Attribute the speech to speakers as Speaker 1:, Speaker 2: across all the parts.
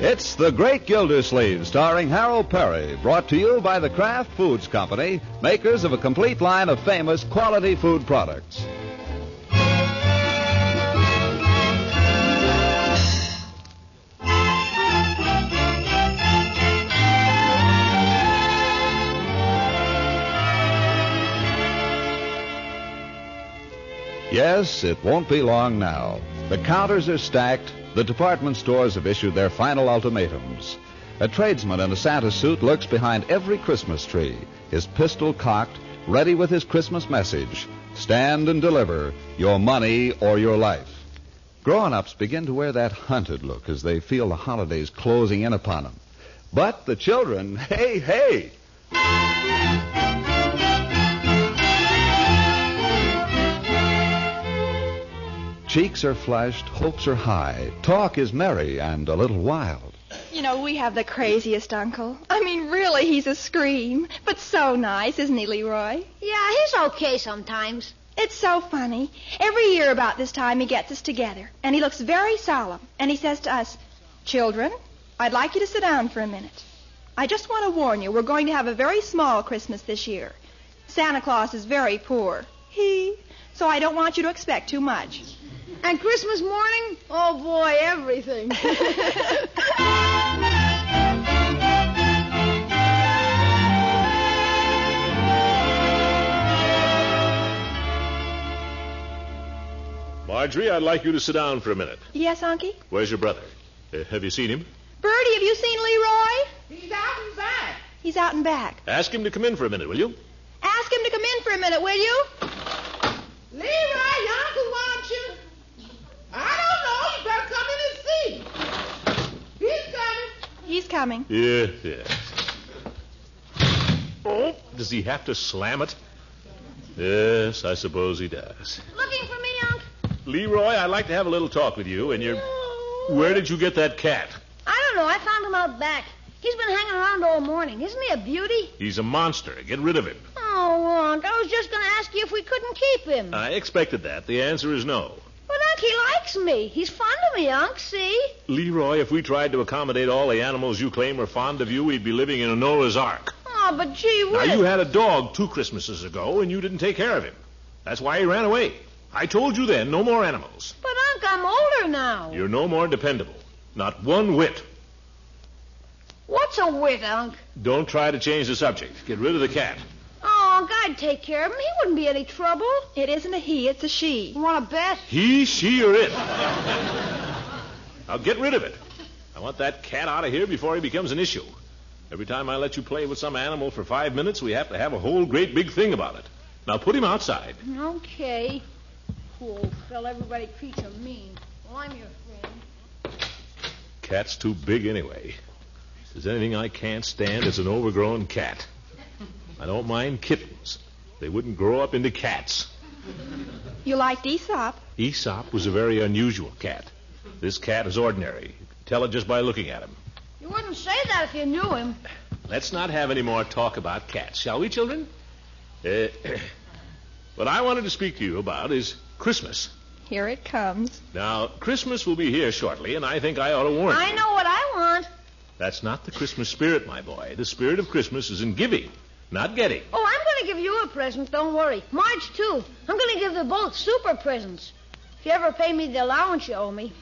Speaker 1: It's The Great Gildersleeve, starring Harold Perry, brought to you by the Kraft Foods Company, makers of a complete line of famous quality food products. Yes, it won't be long now. The counters are stacked. The department stores have issued their final ultimatums. A tradesman in a Santa suit lurks behind every Christmas tree, his pistol cocked, ready with his Christmas message Stand and deliver your money or your life. Grown ups begin to wear that hunted look as they feel the holidays closing in upon them. But the children, hey, hey! Cheeks are flushed, hopes are high, talk is merry and a little wild.
Speaker 2: You know, we have the craziest uncle. I mean, really, he's a scream. But so nice, isn't he, Leroy?
Speaker 3: Yeah, he's okay sometimes.
Speaker 2: It's so funny. Every year about this time, he gets us together, and he looks very solemn, and he says to us, Children, I'd like you to sit down for a minute. I just want to warn you, we're going to have a very small Christmas this year. Santa Claus is very poor. He. So I don't want you to expect too much.
Speaker 3: And Christmas morning? Oh boy, everything.
Speaker 4: Marjorie, I'd like you to sit down for a minute.
Speaker 2: Yes, Unky?
Speaker 4: Where's your brother? Uh, have you seen him?
Speaker 2: Bertie, have you seen Leroy?
Speaker 5: He's out and back.
Speaker 2: He's out and back.
Speaker 4: Ask him to come in for a minute, will you?
Speaker 2: Ask him to come in for a minute, will you?
Speaker 5: Leroy, your uncle wants you. I don't know. You better come in and see. He's coming.
Speaker 2: He's coming.
Speaker 4: Yeah, yeah. Oh, does he have to slam it? Yes, I suppose he does.
Speaker 3: Looking for me, Unc?
Speaker 4: Leroy, I'd like to have a little talk with you and your. Where did you get that cat?
Speaker 3: I don't know. I found him out back. He's been hanging around all morning. Isn't he a beauty?
Speaker 4: He's a monster. Get rid of him.
Speaker 3: Oh, Unc, I was just going to ask you if we couldn't keep him.
Speaker 4: I expected that. The answer is no.
Speaker 3: But Unc, he likes me. He's fond of me, Unc. See?
Speaker 4: Leroy, if we tried to accommodate all the animals you claim are fond of you, we'd be living in a Noah's Ark.
Speaker 3: Oh, but gee
Speaker 4: Now,
Speaker 3: whiz.
Speaker 4: you had a dog two Christmases ago, and you didn't take care of him. That's why he ran away. I told you then, no more animals.
Speaker 3: But Unc, I'm older now.
Speaker 4: You're no more dependable. Not one whit.
Speaker 3: What's a wit, Unc?
Speaker 4: Don't try to change the subject. Get rid of the cat.
Speaker 3: Oh, Unc, I'd take care of him. He wouldn't be any trouble.
Speaker 2: It isn't a he, it's a she.
Speaker 3: You want to bet?
Speaker 4: He, she, or it. now get rid of it. I want that cat out of here before he becomes an issue. Every time I let you play with some animal for five minutes, we have to have a whole great big thing about it. Now put him outside.
Speaker 3: Okay. Poor old fella. Everybody treats him mean. Well, I'm your friend.
Speaker 4: Cat's too big anyway. If there's anything I can't stand, it's an overgrown cat. I don't mind kittens. They wouldn't grow up into cats.
Speaker 2: You liked Aesop.
Speaker 4: Aesop was a very unusual cat. This cat is ordinary. You can tell it just by looking at him.
Speaker 3: You wouldn't say that if you knew him.
Speaker 4: Let's not have any more talk about cats, shall we, children? Uh, what I wanted to speak to you about is Christmas.
Speaker 2: Here it comes.
Speaker 4: Now, Christmas will be here shortly, and I think I ought to warn you.
Speaker 3: I know what I want.
Speaker 4: That's not the Christmas spirit, my boy. The spirit of Christmas is in giving, not getting.
Speaker 3: Oh, I'm going to give you a present. Don't worry. Marge, too. I'm going to give them both super presents. If you ever pay me the allowance you owe me.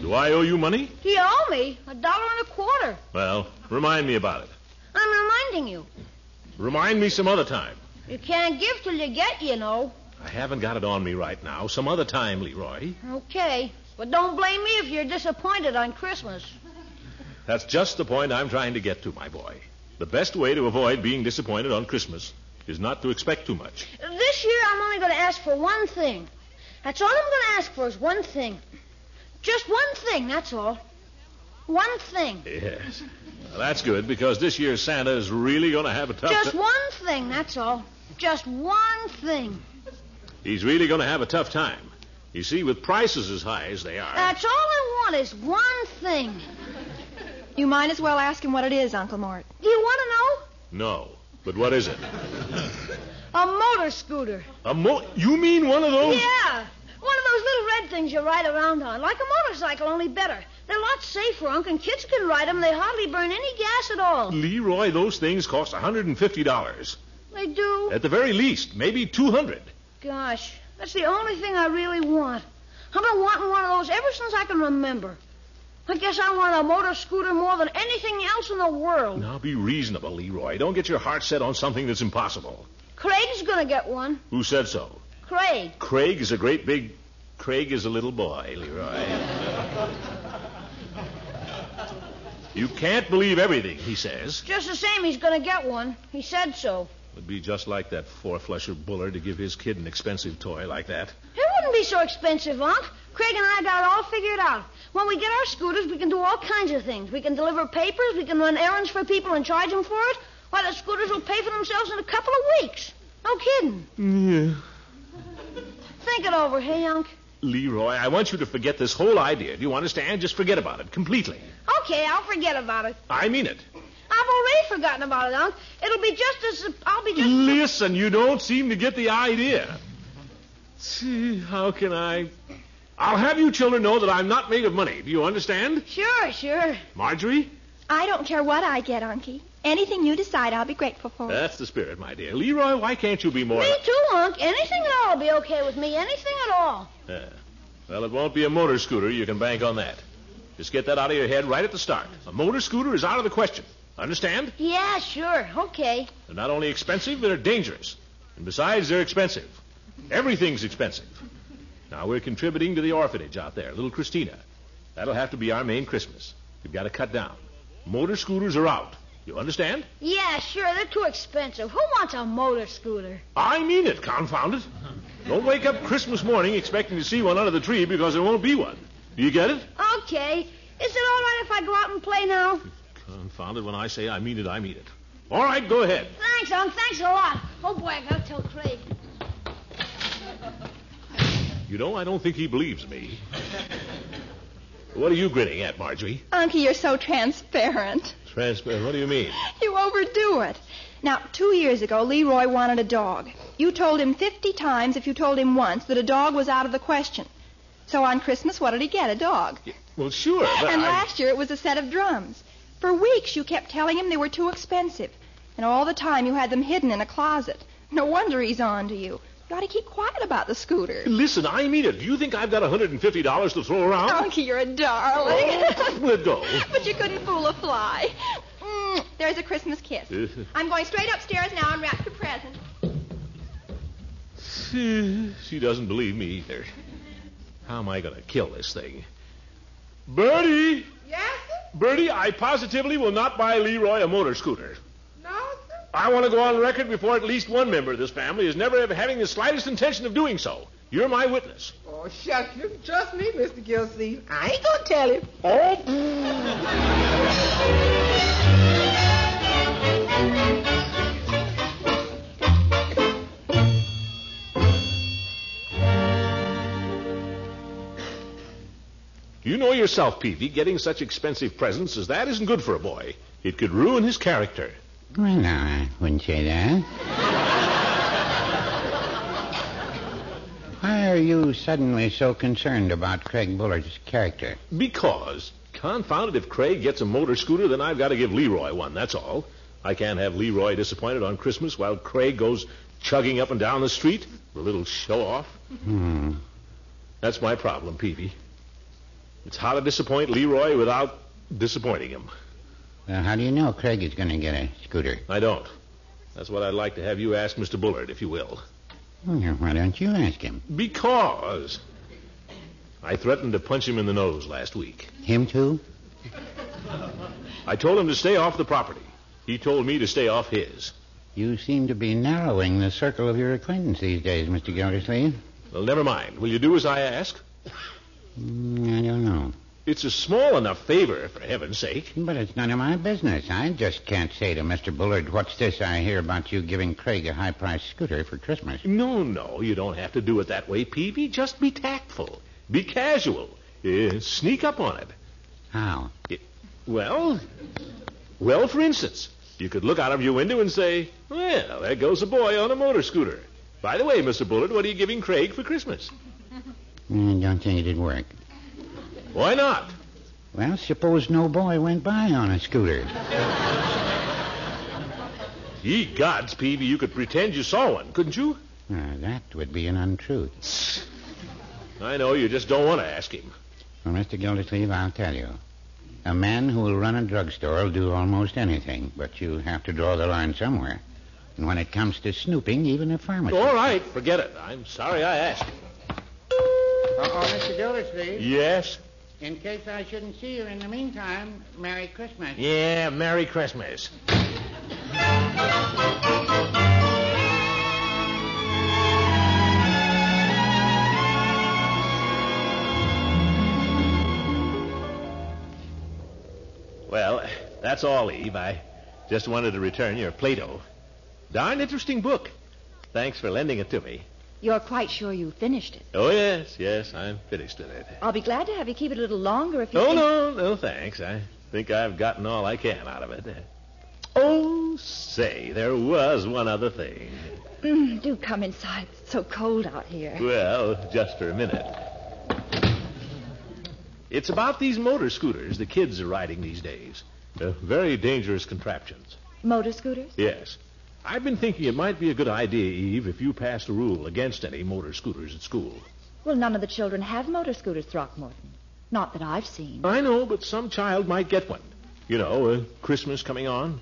Speaker 4: Do I owe you money?
Speaker 3: Do you owe me? A dollar and a quarter.
Speaker 4: Well, remind me about it.
Speaker 3: I'm reminding you.
Speaker 4: Remind me some other time.
Speaker 3: You can't give till you get, you know.
Speaker 4: I haven't got it on me right now. Some other time, Leroy.
Speaker 3: Okay. But don't blame me if you're disappointed on Christmas.
Speaker 4: That's just the point I'm trying to get to, my boy. The best way to avoid being disappointed on Christmas is not to expect too much.
Speaker 3: This year, I'm only going to ask for one thing. That's all I'm going to ask for is one thing. Just one thing, that's all. One thing.
Speaker 4: Yes. Well, that's good because this year Santa is really going to have a tough
Speaker 3: Just
Speaker 4: ti-
Speaker 3: one thing, that's all. Just one thing.
Speaker 4: He's really going to have a tough time. You see, with prices as high as they are.
Speaker 3: That's all I want is one thing.
Speaker 2: You might as well ask him what it is, Uncle Mort.
Speaker 3: Do you want
Speaker 4: No. But what is it?
Speaker 3: to know? A motor scooter.
Speaker 4: A mo. You mean one of those?
Speaker 3: Yeah. One of those little red things you ride around on, like a motorcycle, only better. They're a lot safer, Unc, and kids can ride them. They hardly burn any gas at
Speaker 4: Mm.
Speaker 3: all.
Speaker 4: Leroy, those things cost $150.
Speaker 3: They do.
Speaker 4: At the very least, maybe 200
Speaker 3: Gosh, that's the only thing I really want. I've been wanting one of those ever since I can remember. I guess I want a motor scooter more than anything else in the world.
Speaker 4: Now be reasonable, Leroy. Don't get your heart set on something that's impossible.
Speaker 3: Craig's gonna get one.
Speaker 4: Who said so?
Speaker 3: Craig.
Speaker 4: Craig is a great big. Craig is a little boy, Leroy. you can't believe everything he says.
Speaker 3: Just the same, he's gonna get one. He said so.
Speaker 4: Would be just like that four flusher Buller to give his kid an expensive toy like that.
Speaker 3: It wouldn't be so expensive, Unc. Craig and I got it all figured out. When we get our scooters, we can do all kinds of things. We can deliver papers, we can run errands for people and charge them for it. Why, the scooters will pay for themselves in a couple of weeks. No kidding. Yeah. Think it over, hey, Unc?
Speaker 4: Leroy, I want you to forget this whole idea. Do you understand? Just forget about it completely.
Speaker 3: Okay, I'll forget about it.
Speaker 4: I mean it.
Speaker 3: I've already forgotten about it, Unc. It'll be just as. I'll be just.
Speaker 4: Listen, you don't seem to get the idea. See, how can I? I'll have you children know that I'm not made of money. Do you understand?
Speaker 3: Sure, sure.
Speaker 4: Marjorie?
Speaker 2: I don't care what I get, Unky. Anything you decide, I'll be grateful for.
Speaker 4: That's the spirit, my dear. Leroy, why can't you be more.
Speaker 3: Me too, Unc. Anything at all will be okay with me. Anything at all.
Speaker 4: Uh, well, it won't be a motor scooter. You can bank on that. Just get that out of your head right at the start. A motor scooter is out of the question. Understand?
Speaker 3: Yeah, sure. Okay.
Speaker 4: They're not only expensive, they're dangerous. And besides, they're expensive. Everything's expensive. Now, we're contributing to the orphanage out there, little Christina. That'll have to be our main Christmas. We've got to cut down. Motor scooters are out. You understand?
Speaker 3: Yeah, sure. They're too expensive. Who wants a motor scooter?
Speaker 4: I mean it, confound it. Don't wake up Christmas morning expecting to see one under the tree because there won't be one. Do you get it?
Speaker 3: Okay. Is it all right if I go out and play now?
Speaker 4: Confound it, when I say I mean it, I mean it. All right, go ahead.
Speaker 3: Thanks, Unc. Thanks a lot. Oh, boy, I gotta tell Craig.
Speaker 4: You know, I don't think he believes me. What are you grinning at, Marjorie?
Speaker 2: Unky, you're so transparent.
Speaker 4: Transparent. What do you mean?
Speaker 2: You overdo it. Now, two years ago, Leroy wanted a dog. You told him 50 times, if you told him once, that a dog was out of the question. So on Christmas, what did he get? A dog.
Speaker 4: Well, sure, but
Speaker 2: and
Speaker 4: I...
Speaker 2: last year, it was a set of drums. For weeks, you kept telling him they were too expensive. And all the time, you had them hidden in a closet. No wonder he's on to you. You ought to keep quiet about the scooter.
Speaker 4: Listen, I mean it. Do you think I've got $150 to throw around?
Speaker 2: Unky, you're a darling.
Speaker 4: Let go.
Speaker 2: but you couldn't fool a fly. Mm, there's a Christmas kiss.
Speaker 5: Oh,
Speaker 2: I'm going straight upstairs now and wrap your present.
Speaker 4: she doesn't believe me either. How am I going to kill this thing? Bertie!
Speaker 5: Yes, sir?
Speaker 4: Bertie, I positively will not buy Leroy a motor scooter.
Speaker 5: No, sir?
Speaker 4: I want to go on record before at least one member of this family is never ever having the slightest intention of doing so. You're my witness.
Speaker 5: Oh, shucks. You can trust me, Mr. Gilsey. I ain't gonna tell him.
Speaker 4: Oh, You know yourself, Peavy, getting such expensive presents as that isn't good for a boy. It could ruin his character.
Speaker 6: Well, no, I wouldn't say that. Why are you suddenly so concerned about Craig Bullard's character?
Speaker 4: Because, confound it, if Craig gets a motor scooter, then I've got to give Leroy one, that's all. I can't have Leroy disappointed on Christmas while Craig goes chugging up and down the street for a little show off.
Speaker 6: Hmm.
Speaker 4: That's my problem, Peavy. It's how to disappoint Leroy without disappointing him.
Speaker 6: Well, how do you know Craig is going to get a scooter?
Speaker 4: I don't. That's what I'd like to have you ask Mr. Bullard, if you will.
Speaker 6: Well, why don't you ask him?
Speaker 4: Because I threatened to punch him in the nose last week.
Speaker 6: Him too?
Speaker 4: I told him to stay off the property. He told me to stay off his.
Speaker 6: You seem to be narrowing the circle of your acquaintance these days, Mr. Gildersleeve.
Speaker 4: Well, never mind. Will you do as I ask?
Speaker 6: Hmm, I don't know.
Speaker 4: It's a small enough favor, for heaven's sake.
Speaker 6: But it's none of my business. I just can't say to Mr. Bullard, what's this I hear about you giving Craig a high priced scooter for Christmas?
Speaker 4: No, no, you don't have to do it that way, Peavy. Just be tactful. Be casual. Uh, sneak up on it.
Speaker 6: How?
Speaker 4: Well, well, for instance, you could look out of your window and say, Well, there goes a boy on a motor scooter. By the way, Mr. Bullard, what are you giving Craig for Christmas?
Speaker 6: I don't think it'd work.
Speaker 4: Why not?
Speaker 6: Well, suppose no boy went by on a scooter.
Speaker 4: Ye gods, Peavy, you could pretend you saw one, couldn't you?
Speaker 6: Now, Ah, that would be an untruth.
Speaker 4: I know, you just don't want to ask him.
Speaker 6: Well, Mr. Gildersleeve, I'll tell you. A man who will run a drugstore will do almost anything, but you have to draw the line somewhere. And when it comes to snooping, even a pharmacist.
Speaker 4: All right, forget it. I'm sorry I asked.
Speaker 6: Oh, Mr. Gildersleeve,
Speaker 4: Yes?
Speaker 6: in case I shouldn't see you in the meantime, Merry Christmas.
Speaker 4: Yeah, Merry Christmas. Well, that's all, Eve. I just wanted to return your Plato. Darn interesting book. Thanks for lending it to me.
Speaker 3: You're quite sure you finished it.
Speaker 4: Oh, yes, yes, I'm finished with it.
Speaker 3: I'll be glad to have you keep it a little longer if you.
Speaker 4: Oh,
Speaker 3: think-
Speaker 4: no, no, thanks. I think I've gotten all I can out of it. Oh, say, there was one other thing.
Speaker 3: Mm, do come inside. It's so cold out here.
Speaker 4: Well, just for a minute. It's about these motor scooters the kids are riding these days. They're very dangerous contraptions.
Speaker 3: Motor scooters?
Speaker 4: Yes. I've been thinking it might be a good idea, Eve, if you passed a rule against any motor scooters at school.
Speaker 3: Well, none of the children have motor scooters, Throckmorton. Not that I've seen.
Speaker 4: I know, but some child might get one. You know, uh, Christmas coming on.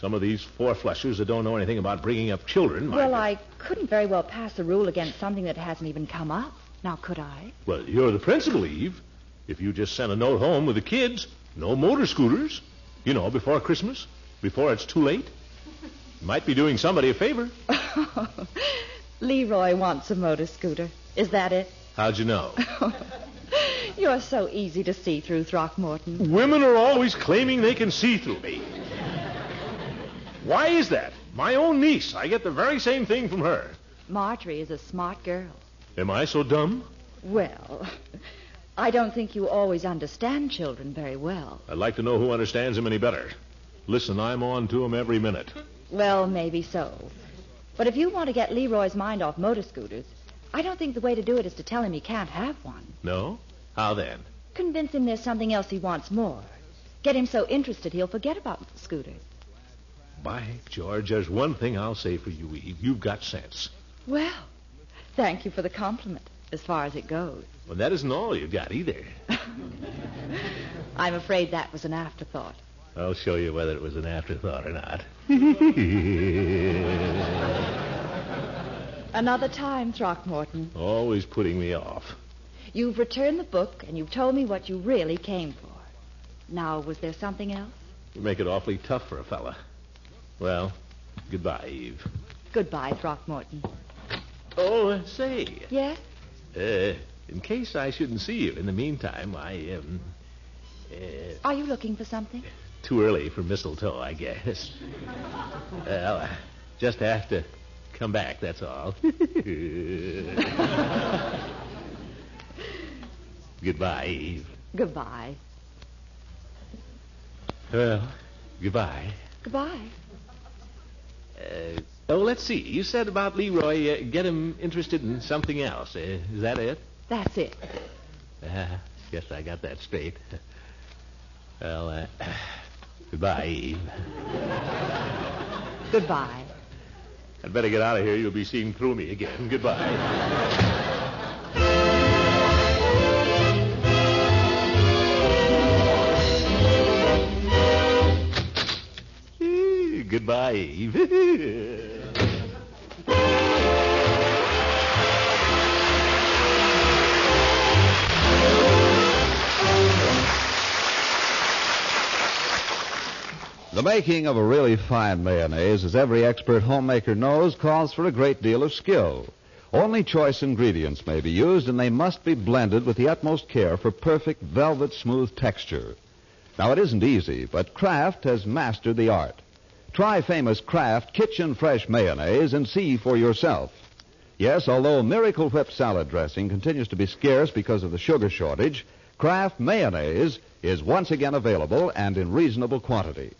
Speaker 4: Some of these four flushers that don't know anything about bringing up children might.
Speaker 3: Well, I couldn't very well pass a rule against something that hasn't even come up. Now, could I?
Speaker 4: Well, you're the principal, Eve. If you just sent a note home with the kids, no motor scooters. You know, before Christmas, before it's too late. You might be doing somebody a favor.
Speaker 3: Leroy wants a motor scooter. Is that it?
Speaker 4: How'd you know?
Speaker 3: You're so easy to see through, Throckmorton.
Speaker 4: Women are always claiming they can see through me. Why is that? My own niece. I get the very same thing from her.
Speaker 3: Marjorie is a smart girl.
Speaker 4: Am I so dumb?
Speaker 3: Well, I don't think you always understand children very well.
Speaker 4: I'd like to know who understands him any better. Listen, I'm on to him every minute.
Speaker 3: Well, maybe so. But if you want to get Leroy's mind off motor scooters, I don't think the way to do it is to tell him he can't have one.
Speaker 4: No? How then?
Speaker 3: Convince him there's something else he wants more. Get him so interested he'll forget about scooters.
Speaker 4: By George, there's one thing I'll say for you, Eve. You've got sense.
Speaker 3: Well, thank you for the compliment, as far as it goes.
Speaker 4: Well, that isn't all you've got either.
Speaker 3: I'm afraid that was an afterthought.
Speaker 4: I'll show you whether it was an afterthought or not.
Speaker 3: Another time, Throckmorton.
Speaker 4: Always putting me off.
Speaker 3: You've returned the book, and you've told me what you really came for. Now, was there something else?
Speaker 4: You make it awfully tough for a fella. Well, goodbye, Eve.
Speaker 3: Goodbye, Throckmorton.
Speaker 4: Oh, uh, say,
Speaker 3: Yes?
Speaker 4: uh, in case I shouldn't see you in the meantime, I um, uh,
Speaker 3: Are you looking for something?
Speaker 4: Too early for mistletoe, I guess. Well, I just have to come back, that's all. goodbye, Eve.
Speaker 3: Goodbye.
Speaker 4: Well, goodbye.
Speaker 3: Goodbye.
Speaker 4: Uh, oh, let's see. You said about Leroy, uh, get him interested in something else. Uh, is that it?
Speaker 3: That's it.
Speaker 4: Uh, guess I got that straight. Well, uh, goodbye, Eve.
Speaker 3: Goodbye.
Speaker 4: I'd better get out of here. You'll be seeing through me again. Goodbye. Eh, Goodbye, Eve.
Speaker 1: The making of a really fine mayonnaise, as every expert homemaker knows, calls for a great deal of skill. Only choice ingredients may be used, and they must be blended with the utmost care for perfect velvet smooth texture. Now, it isn't easy, but Kraft has mastered the art. Try famous Kraft Kitchen Fresh Mayonnaise and see for yourself. Yes, although Miracle Whip salad dressing continues to be scarce because of the sugar shortage, Kraft Mayonnaise is once again available and in reasonable quantity.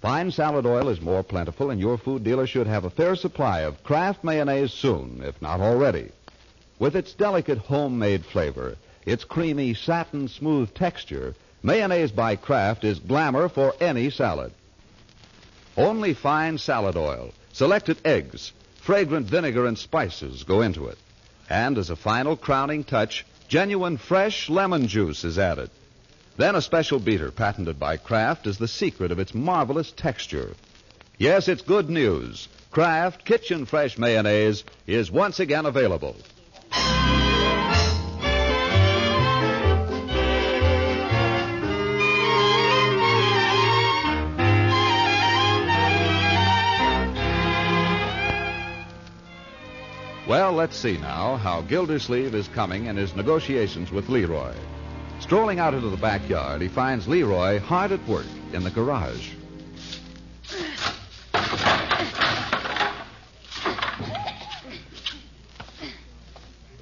Speaker 1: Fine salad oil is more plentiful, and your food dealer should have a fair supply of Kraft mayonnaise soon, if not already. With its delicate homemade flavor, its creamy, satin smooth texture, mayonnaise by Kraft is glamour for any salad. Only fine salad oil, selected eggs, fragrant vinegar, and spices go into it. And as a final crowning touch, genuine fresh lemon juice is added. Then a special beater patented by Kraft is the secret of its marvelous texture. Yes, it's good news. Kraft Kitchen Fresh Mayonnaise is once again available. Well, let's see now how Gildersleeve is coming in his negotiations with Leroy. Strolling out into the backyard, he finds Leroy hard at work in the garage.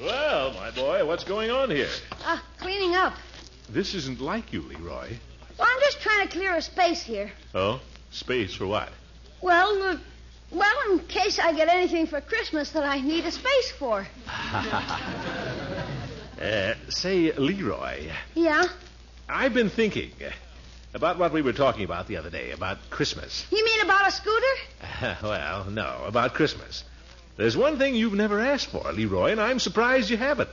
Speaker 4: Well, my boy, what's going on here?
Speaker 3: Uh, cleaning up.
Speaker 4: This isn't like you, Leroy.
Speaker 3: Well, I'm just trying to clear a space here.
Speaker 4: Oh? Space for what?
Speaker 3: Well, uh, well, in case I get anything for Christmas that I need a space for.
Speaker 4: Uh, say, Leroy,
Speaker 3: Yeah?
Speaker 4: I've been thinking uh, about what we were talking about the other day, about Christmas.
Speaker 3: You mean about a scooter?
Speaker 4: well, no, about Christmas. There's one thing you've never asked for, Leroy, and I'm surprised you haven't.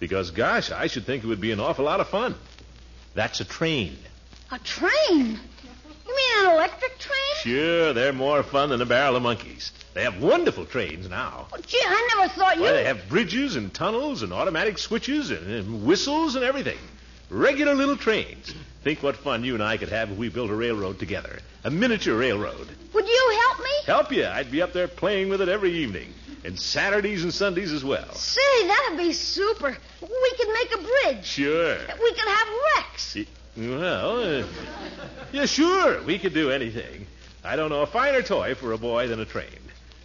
Speaker 4: Because, gosh, I should think it would be an awful lot of fun. That's a train.
Speaker 3: A train? You mean an electric train?
Speaker 4: Sure, they're more fun than a barrel of monkeys. They have wonderful trains now.
Speaker 3: Oh, gee, I never thought you.
Speaker 4: Well, they have bridges and tunnels and automatic switches and, and whistles and everything. Regular little trains. Think what fun you and I could have if we built a railroad together. A miniature railroad.
Speaker 3: Would you help me?
Speaker 4: Help you. I'd be up there playing with it every evening. And Saturdays and Sundays as well.
Speaker 3: Say, that'd be super. We could make a bridge.
Speaker 4: Sure.
Speaker 3: We could have wrecks.
Speaker 4: Y- Well, uh, yeah, sure. We could do anything. I don't know a finer toy for a boy than a train.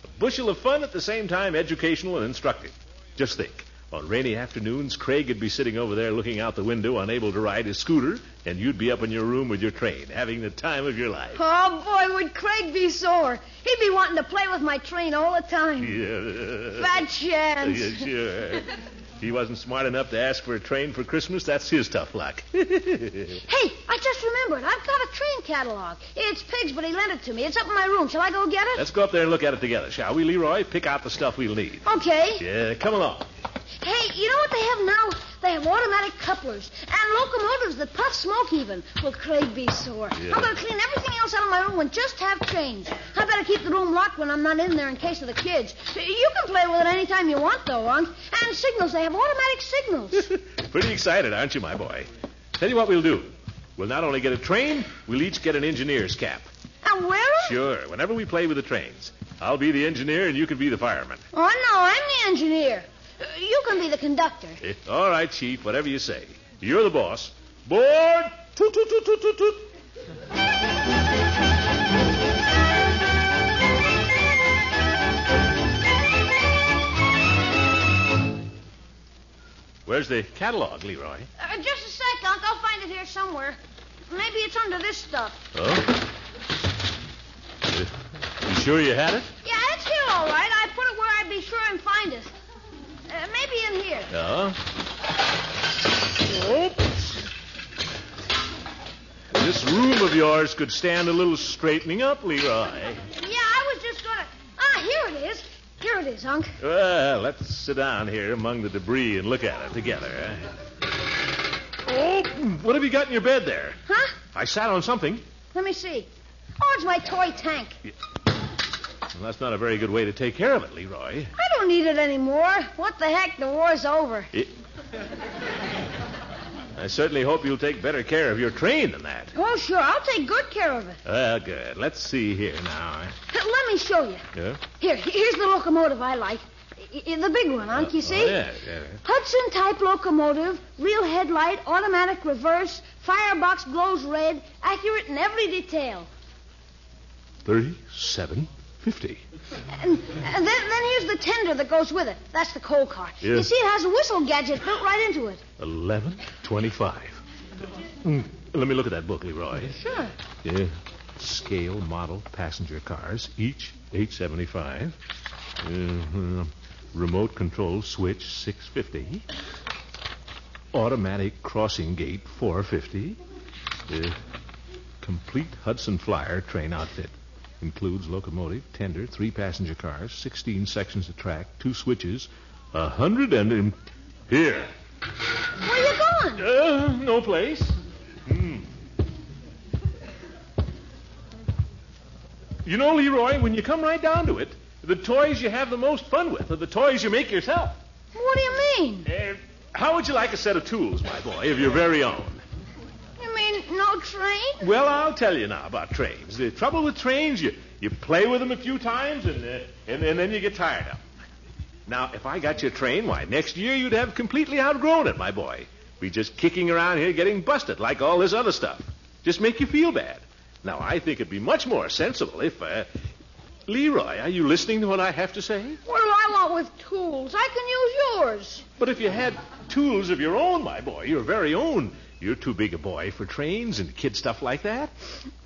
Speaker 4: A bushel of fun at the same time educational and instructive. Just think. On rainy afternoons, Craig would be sitting over there looking out the window, unable to ride his scooter, and you'd be up in your room with your train, having the time of your life.
Speaker 3: Oh, boy, would Craig be sore. He'd be wanting to play with my train all the time.
Speaker 4: Yeah.
Speaker 3: Bad chance.
Speaker 4: Yeah, sure. He wasn't smart enough to ask for a train for Christmas. That's his tough luck.
Speaker 3: Hey, I just remembered. I've got a train catalog. It's Pig's, but he lent it to me. It's up in my room. Shall I go get it?
Speaker 4: Let's go up there and look at it together, shall we, Leroy? Pick out the stuff we'll need.
Speaker 3: Okay.
Speaker 4: Yeah, come along.
Speaker 3: Hey, you know what they have now? They have automatic couplers and locomotives that puff smoke even. Will Craig be sore?
Speaker 4: Yeah.
Speaker 3: I'm going to clean everything else out of my room and just have trains. I better keep the room locked when I'm not in there in case of the kids. You can play with it anytime you want, though, Unc. And signals. They have automatic signals.
Speaker 4: Pretty excited, aren't you, my boy? Tell you what we'll do. We'll not only get a train, we'll each get an engineer's cap.
Speaker 3: and wear 'em?
Speaker 4: Sure, whenever we play with the trains. I'll be the engineer and you can be the fireman.
Speaker 3: Oh, no, I'm the engineer. Uh, You can be the conductor.
Speaker 4: Eh, All right, Chief, whatever you say. You're the boss. Board! Toot, toot, toot, toot, toot, toot. Where's the catalog, Leroy?
Speaker 3: Uh, just a sec, Unc. I'll find it here somewhere. Maybe it's under this stuff.
Speaker 4: Oh? You sure you had it?
Speaker 3: Yeah, it's here all right. I put it where I'd be sure and find it. Uh, maybe in here.
Speaker 4: No. This room of yours could stand a little straightening up, Leroy.
Speaker 3: Yeah, I was just gonna. Ah, here it is. Here it is, Unc.
Speaker 4: Well, let's sit down here among the debris and look at it together. eh? Oh, what have you got in your bed there?
Speaker 3: Huh?
Speaker 4: I sat on something.
Speaker 3: Let me see. Oh, it's my toy tank.
Speaker 4: Well, that's not a very good way to take care of it, Leroy.
Speaker 3: I don't need it anymore. What the heck? The war's over.
Speaker 4: It- I certainly hope you'll take better care of your train than that.
Speaker 3: Oh, sure. I'll take good care of it.
Speaker 4: Well, good. Let's see here now. eh?
Speaker 3: Let me show you.
Speaker 4: Yeah?
Speaker 3: Here, here's the locomotive I like. Y- y- the big one, Unc, you see?
Speaker 4: Oh, yeah, yeah.
Speaker 3: Hudson type locomotive, real headlight, automatic reverse, firebox glows red, accurate in every detail.
Speaker 4: 3750.
Speaker 3: And, and then, then here's the tender that goes with it. That's the coal car.
Speaker 4: Yeah.
Speaker 3: You see, it has a whistle gadget built right into it.
Speaker 4: 1125. Mm, Let me look at that book, Leroy.
Speaker 3: Sure.
Speaker 4: Yeah. Scale, model, passenger cars, each 875. Uh, remote control switch 650. Automatic crossing gate 450. Uh, complete Hudson Flyer train outfit. Includes locomotive, tender, three passenger cars, 16 sections of track, two switches, a hundred and. and- Here.
Speaker 3: Where you going?
Speaker 4: Uh, no place. Hmm. You know, Leroy, when you come right down to it, the toys you have the most fun with are the toys you make yourself.
Speaker 3: What do you mean?
Speaker 4: Uh, how would you like a set of tools, my boy, of your very own?
Speaker 3: You mean no train?
Speaker 4: Well, I'll tell you now about trains. The trouble with trains, you, you play with them a few times and, uh, and, and then you get tired of them. Now, if I got you a train, why, next year you'd have completely outgrown it, my boy. Be just kicking around here getting busted like all this other stuff. Just make you feel bad. Now, I think it'd be much more sensible if. Uh, Leroy, are you listening to what I have to say?
Speaker 3: What do I want with tools? I can use yours.
Speaker 4: But if you had tools of your own, my boy, your very own, you're too big a boy for trains and kid stuff like that.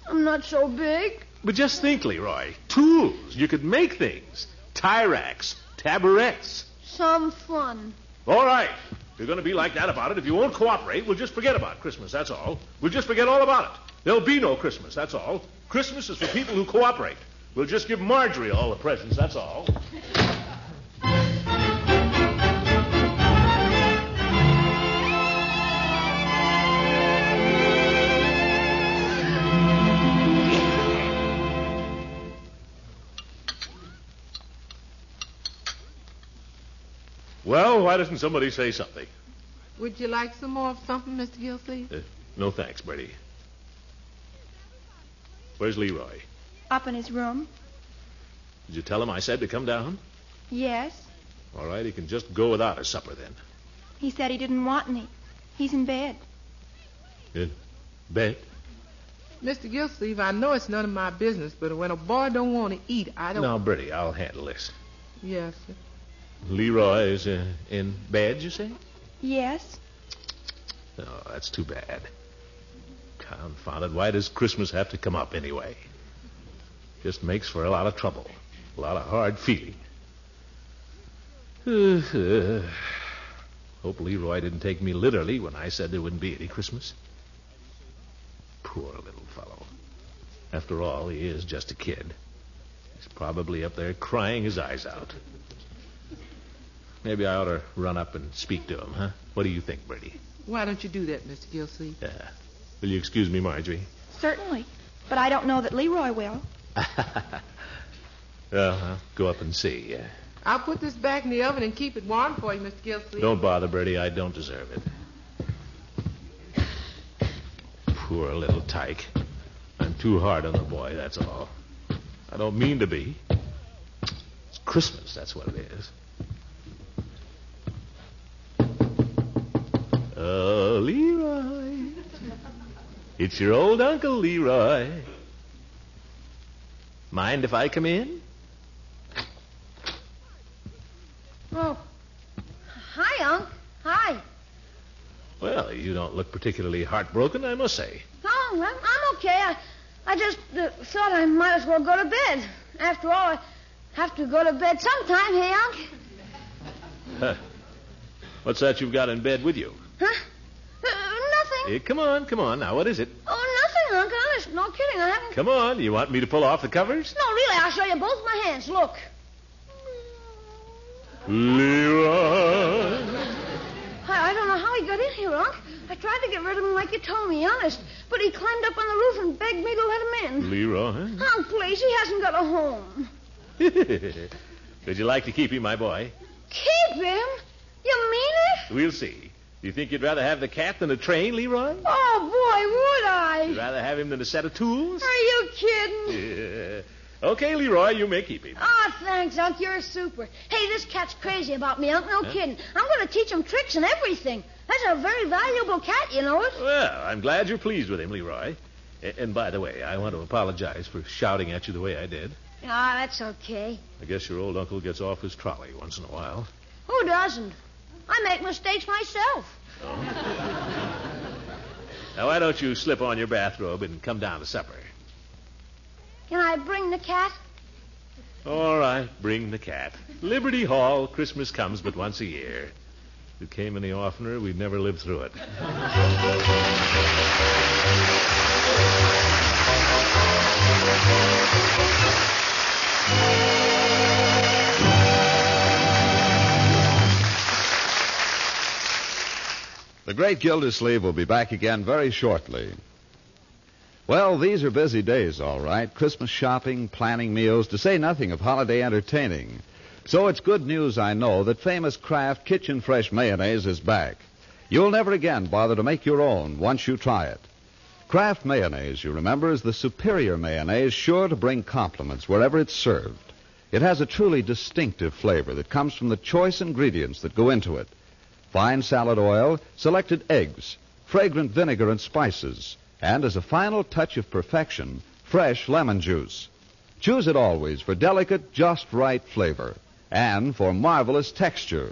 Speaker 3: I'm not so big.
Speaker 4: But just think, Leroy. Tools. You could make things. Tie racks. Tabourets.
Speaker 3: Some fun.
Speaker 4: All right. You're going to be like that about it. If you won't cooperate, we'll just forget about Christmas, that's all. We'll just forget all about it. There'll be no Christmas, that's all. Christmas is for people who cooperate. We'll just give Marjorie all the presents, that's all. Well, why doesn't somebody say something?
Speaker 5: Would you like some more of something, Mr. Gilsey?
Speaker 4: Uh, no thanks, Bertie. Where's Leroy?
Speaker 2: Up in his room.
Speaker 4: Did you tell him I said to come down?
Speaker 2: Yes.
Speaker 4: All right, he can just go without his supper then.
Speaker 2: He said he didn't want any. He's in bed.
Speaker 4: Uh, bet.
Speaker 5: Mr. Gilsleeve, I know it's none of my business, but when a boy don't want to eat, I don't.
Speaker 4: Now, Bertie, I'll handle this.
Speaker 5: Yes, sir.
Speaker 4: Leroy is uh, in bed, you say?
Speaker 2: Yes.
Speaker 4: Oh, that's too bad. Confound it. Why does Christmas have to come up anyway? Just makes for a lot of trouble, a lot of hard feeling. Hope Leroy didn't take me literally when I said there wouldn't be any Christmas. Poor little fellow. After all, he is just a kid. He's probably up there crying his eyes out. Maybe I ought to run up and speak to him, huh? What do you think, Bertie?
Speaker 5: Why don't you do that, Mr. Gilsleeve?
Speaker 4: Uh, will you excuse me, Marjorie?
Speaker 2: Certainly. But I don't know that Leroy
Speaker 4: Well,
Speaker 2: will.
Speaker 4: I'll Uh-huh. go up and see. yeah.
Speaker 5: I'll put this back in the oven and keep it warm for you, Mr. Gilsleeve.
Speaker 4: Don't bother, Bertie. I don't deserve it. Poor little tyke. I'm too hard on the boy, that's all. I don't mean to be. It's Christmas, that's what it is. Oh, Leroy. It's your old Uncle Leroy. Mind if I come in?
Speaker 3: Oh. Hi, Unc. Hi.
Speaker 4: Well, you don't look particularly heartbroken, I must say.
Speaker 3: Oh, I'm, I'm okay. I, I just uh, thought I might as well go to bed. After all, I have to go to bed sometime, hey, Unc?
Speaker 4: What's that you've got in bed with you?
Speaker 3: Huh? Uh, nothing.
Speaker 4: Eh, come on, come on. Now, what is it?
Speaker 3: Oh, nothing, Unc. Honest, no kidding. I haven't.
Speaker 4: Come on. You want me to pull off the covers?
Speaker 3: No, really, I'll show you both my hands. Look.
Speaker 4: Leroy.
Speaker 3: I, I don't know how he got in here, Unc. I tried to get rid of him like you told me, honest. But he climbed up on the roof and begged me to let
Speaker 4: Mm.
Speaker 3: him in.
Speaker 4: Leroy.
Speaker 3: Unc, please, he hasn't got a home.
Speaker 4: Would you like to keep him, my boy?
Speaker 3: Keep him? You mean it?
Speaker 4: We'll see. Do you think you'd rather have the cat than a train, Leroy?
Speaker 3: Oh, boy, would
Speaker 4: You'd
Speaker 3: I?
Speaker 4: rather have him than a set of tools?
Speaker 3: Are you kidding?
Speaker 4: Eh, Okay, Leroy, you may keep him.
Speaker 3: Oh, thanks, Unc. You're super. Hey, this cat's crazy about me, Unc. No kidding. I'm going to teach him tricks and everything. That's a very valuable cat, you know it.
Speaker 4: Well, I'm glad you're pleased with him, Leroy. A- And by the way, I want to apologize for shouting at you the way I did.
Speaker 3: Ah, that's okay.
Speaker 4: I guess your old uncle gets off his trolley once in a while.
Speaker 3: Who doesn't? I make mistakes myself.
Speaker 4: Now, why don't you slip on your bathrobe and come down to supper?
Speaker 3: Can I bring the cat?
Speaker 4: All right, bring the cat. Liberty Hall, Christmas comes but once a year. If it came any oftener, we'd never live through it.
Speaker 1: The great Gildersleeve will be back again very shortly. Well, these are busy days, all right. Christmas shopping, planning meals, to say nothing of holiday entertaining. So it's good news, I know, that famous Kraft Kitchen Fresh Mayonnaise is back. You'll never again bother to make your own once you try it. Kraft Mayonnaise, you remember, is the superior mayonnaise sure to bring compliments wherever it's served. It has a truly distinctive flavor that comes from the choice ingredients that go into it fine salad oil, selected eggs, fragrant vinegar and spices, and as a final touch of perfection, fresh lemon juice. Choose it always for delicate, just right flavor and for marvelous texture.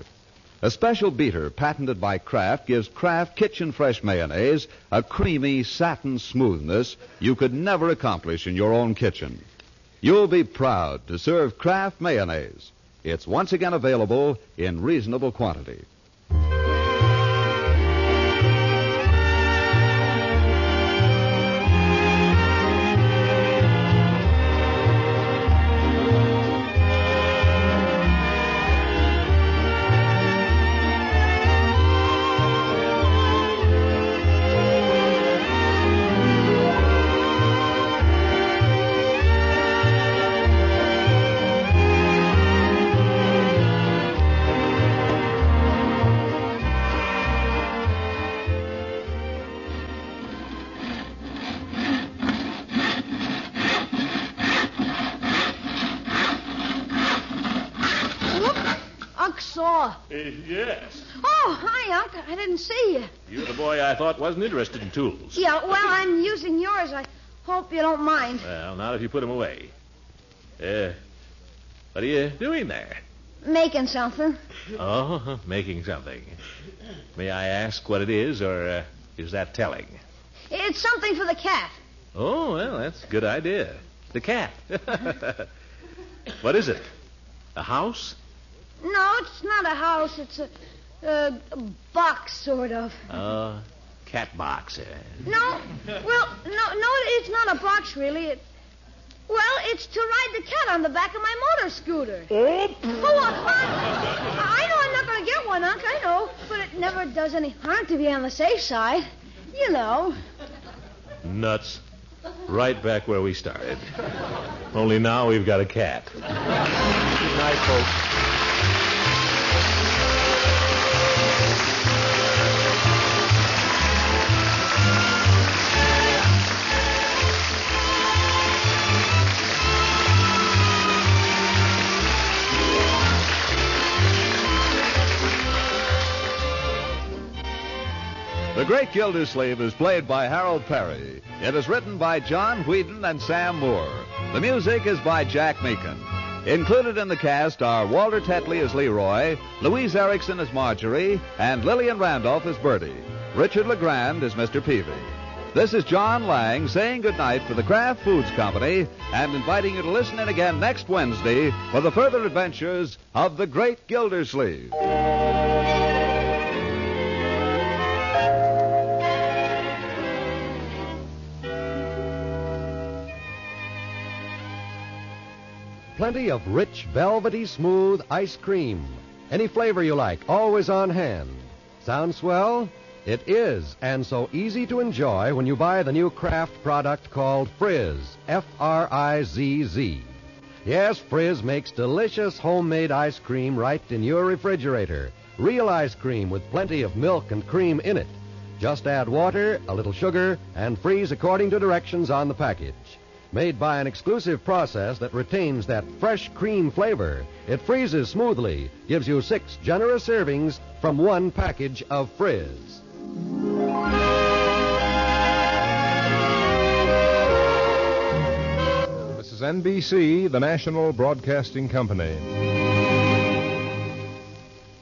Speaker 1: A special beater patented by Kraft gives Kraft Kitchen Fresh Mayonnaise a creamy, satin smoothness you could never accomplish in your own kitchen. You'll be proud to serve Kraft Mayonnaise. It's once again available in reasonable quantity.
Speaker 3: Look, Unc saw.
Speaker 4: Uh, yes.
Speaker 3: Oh, hi, Unc. I didn't see you.
Speaker 4: You're the boy I thought wasn't interested in tools.
Speaker 3: Yeah, well, I'm using yours. I hope you don't mind.
Speaker 4: Well, not if you put them away. Uh, what are you doing there?
Speaker 3: Making something.
Speaker 4: Oh, making something. May I ask what it is, or uh, is that telling?
Speaker 3: It's something for the cat.
Speaker 4: Oh, well, that's a good idea. The cat. what is it? A house?
Speaker 3: No, it's not a house. It's a, a box, sort of.
Speaker 4: Uh, cat box. eh?
Speaker 3: No, well, no, no, it's not a box, really. It, well, it's to ride the cat on the back of my motor scooter. Oh, what fun! I know I'm not going to get one, Unc, I know. But it never does any harm to be on the safe side. You know.
Speaker 4: Nuts. Right back where we started. Only now we've got a cat. Good night, folks.
Speaker 1: The Great Gildersleeve is played by Harold Perry. It is written by John Whedon and Sam Moore. The music is by Jack Meakin. Included in the cast are Walter Tetley as Leroy, Louise Erickson as Marjorie, and Lillian Randolph as Bertie. Richard LeGrand is Mr. Peavy. This is John Lang saying goodnight for the Kraft Foods Company and inviting you to listen in again next Wednesday for the further adventures of the Great Gildersleeve.
Speaker 7: Plenty of rich, velvety, smooth ice cream. Any flavor you like, always on hand. Sounds swell? It is, and so easy to enjoy when you buy the new Kraft product called Frizz. F R I Z Z. Yes, Frizz makes delicious homemade ice cream right in your refrigerator. Real ice cream with plenty of milk and cream in it. Just add water, a little sugar, and freeze according to directions on the package.
Speaker 1: Made by an exclusive process that retains that fresh cream flavor, it freezes smoothly, gives you six generous servings from one package of Frizz.
Speaker 8: This is NBC, the national broadcasting company.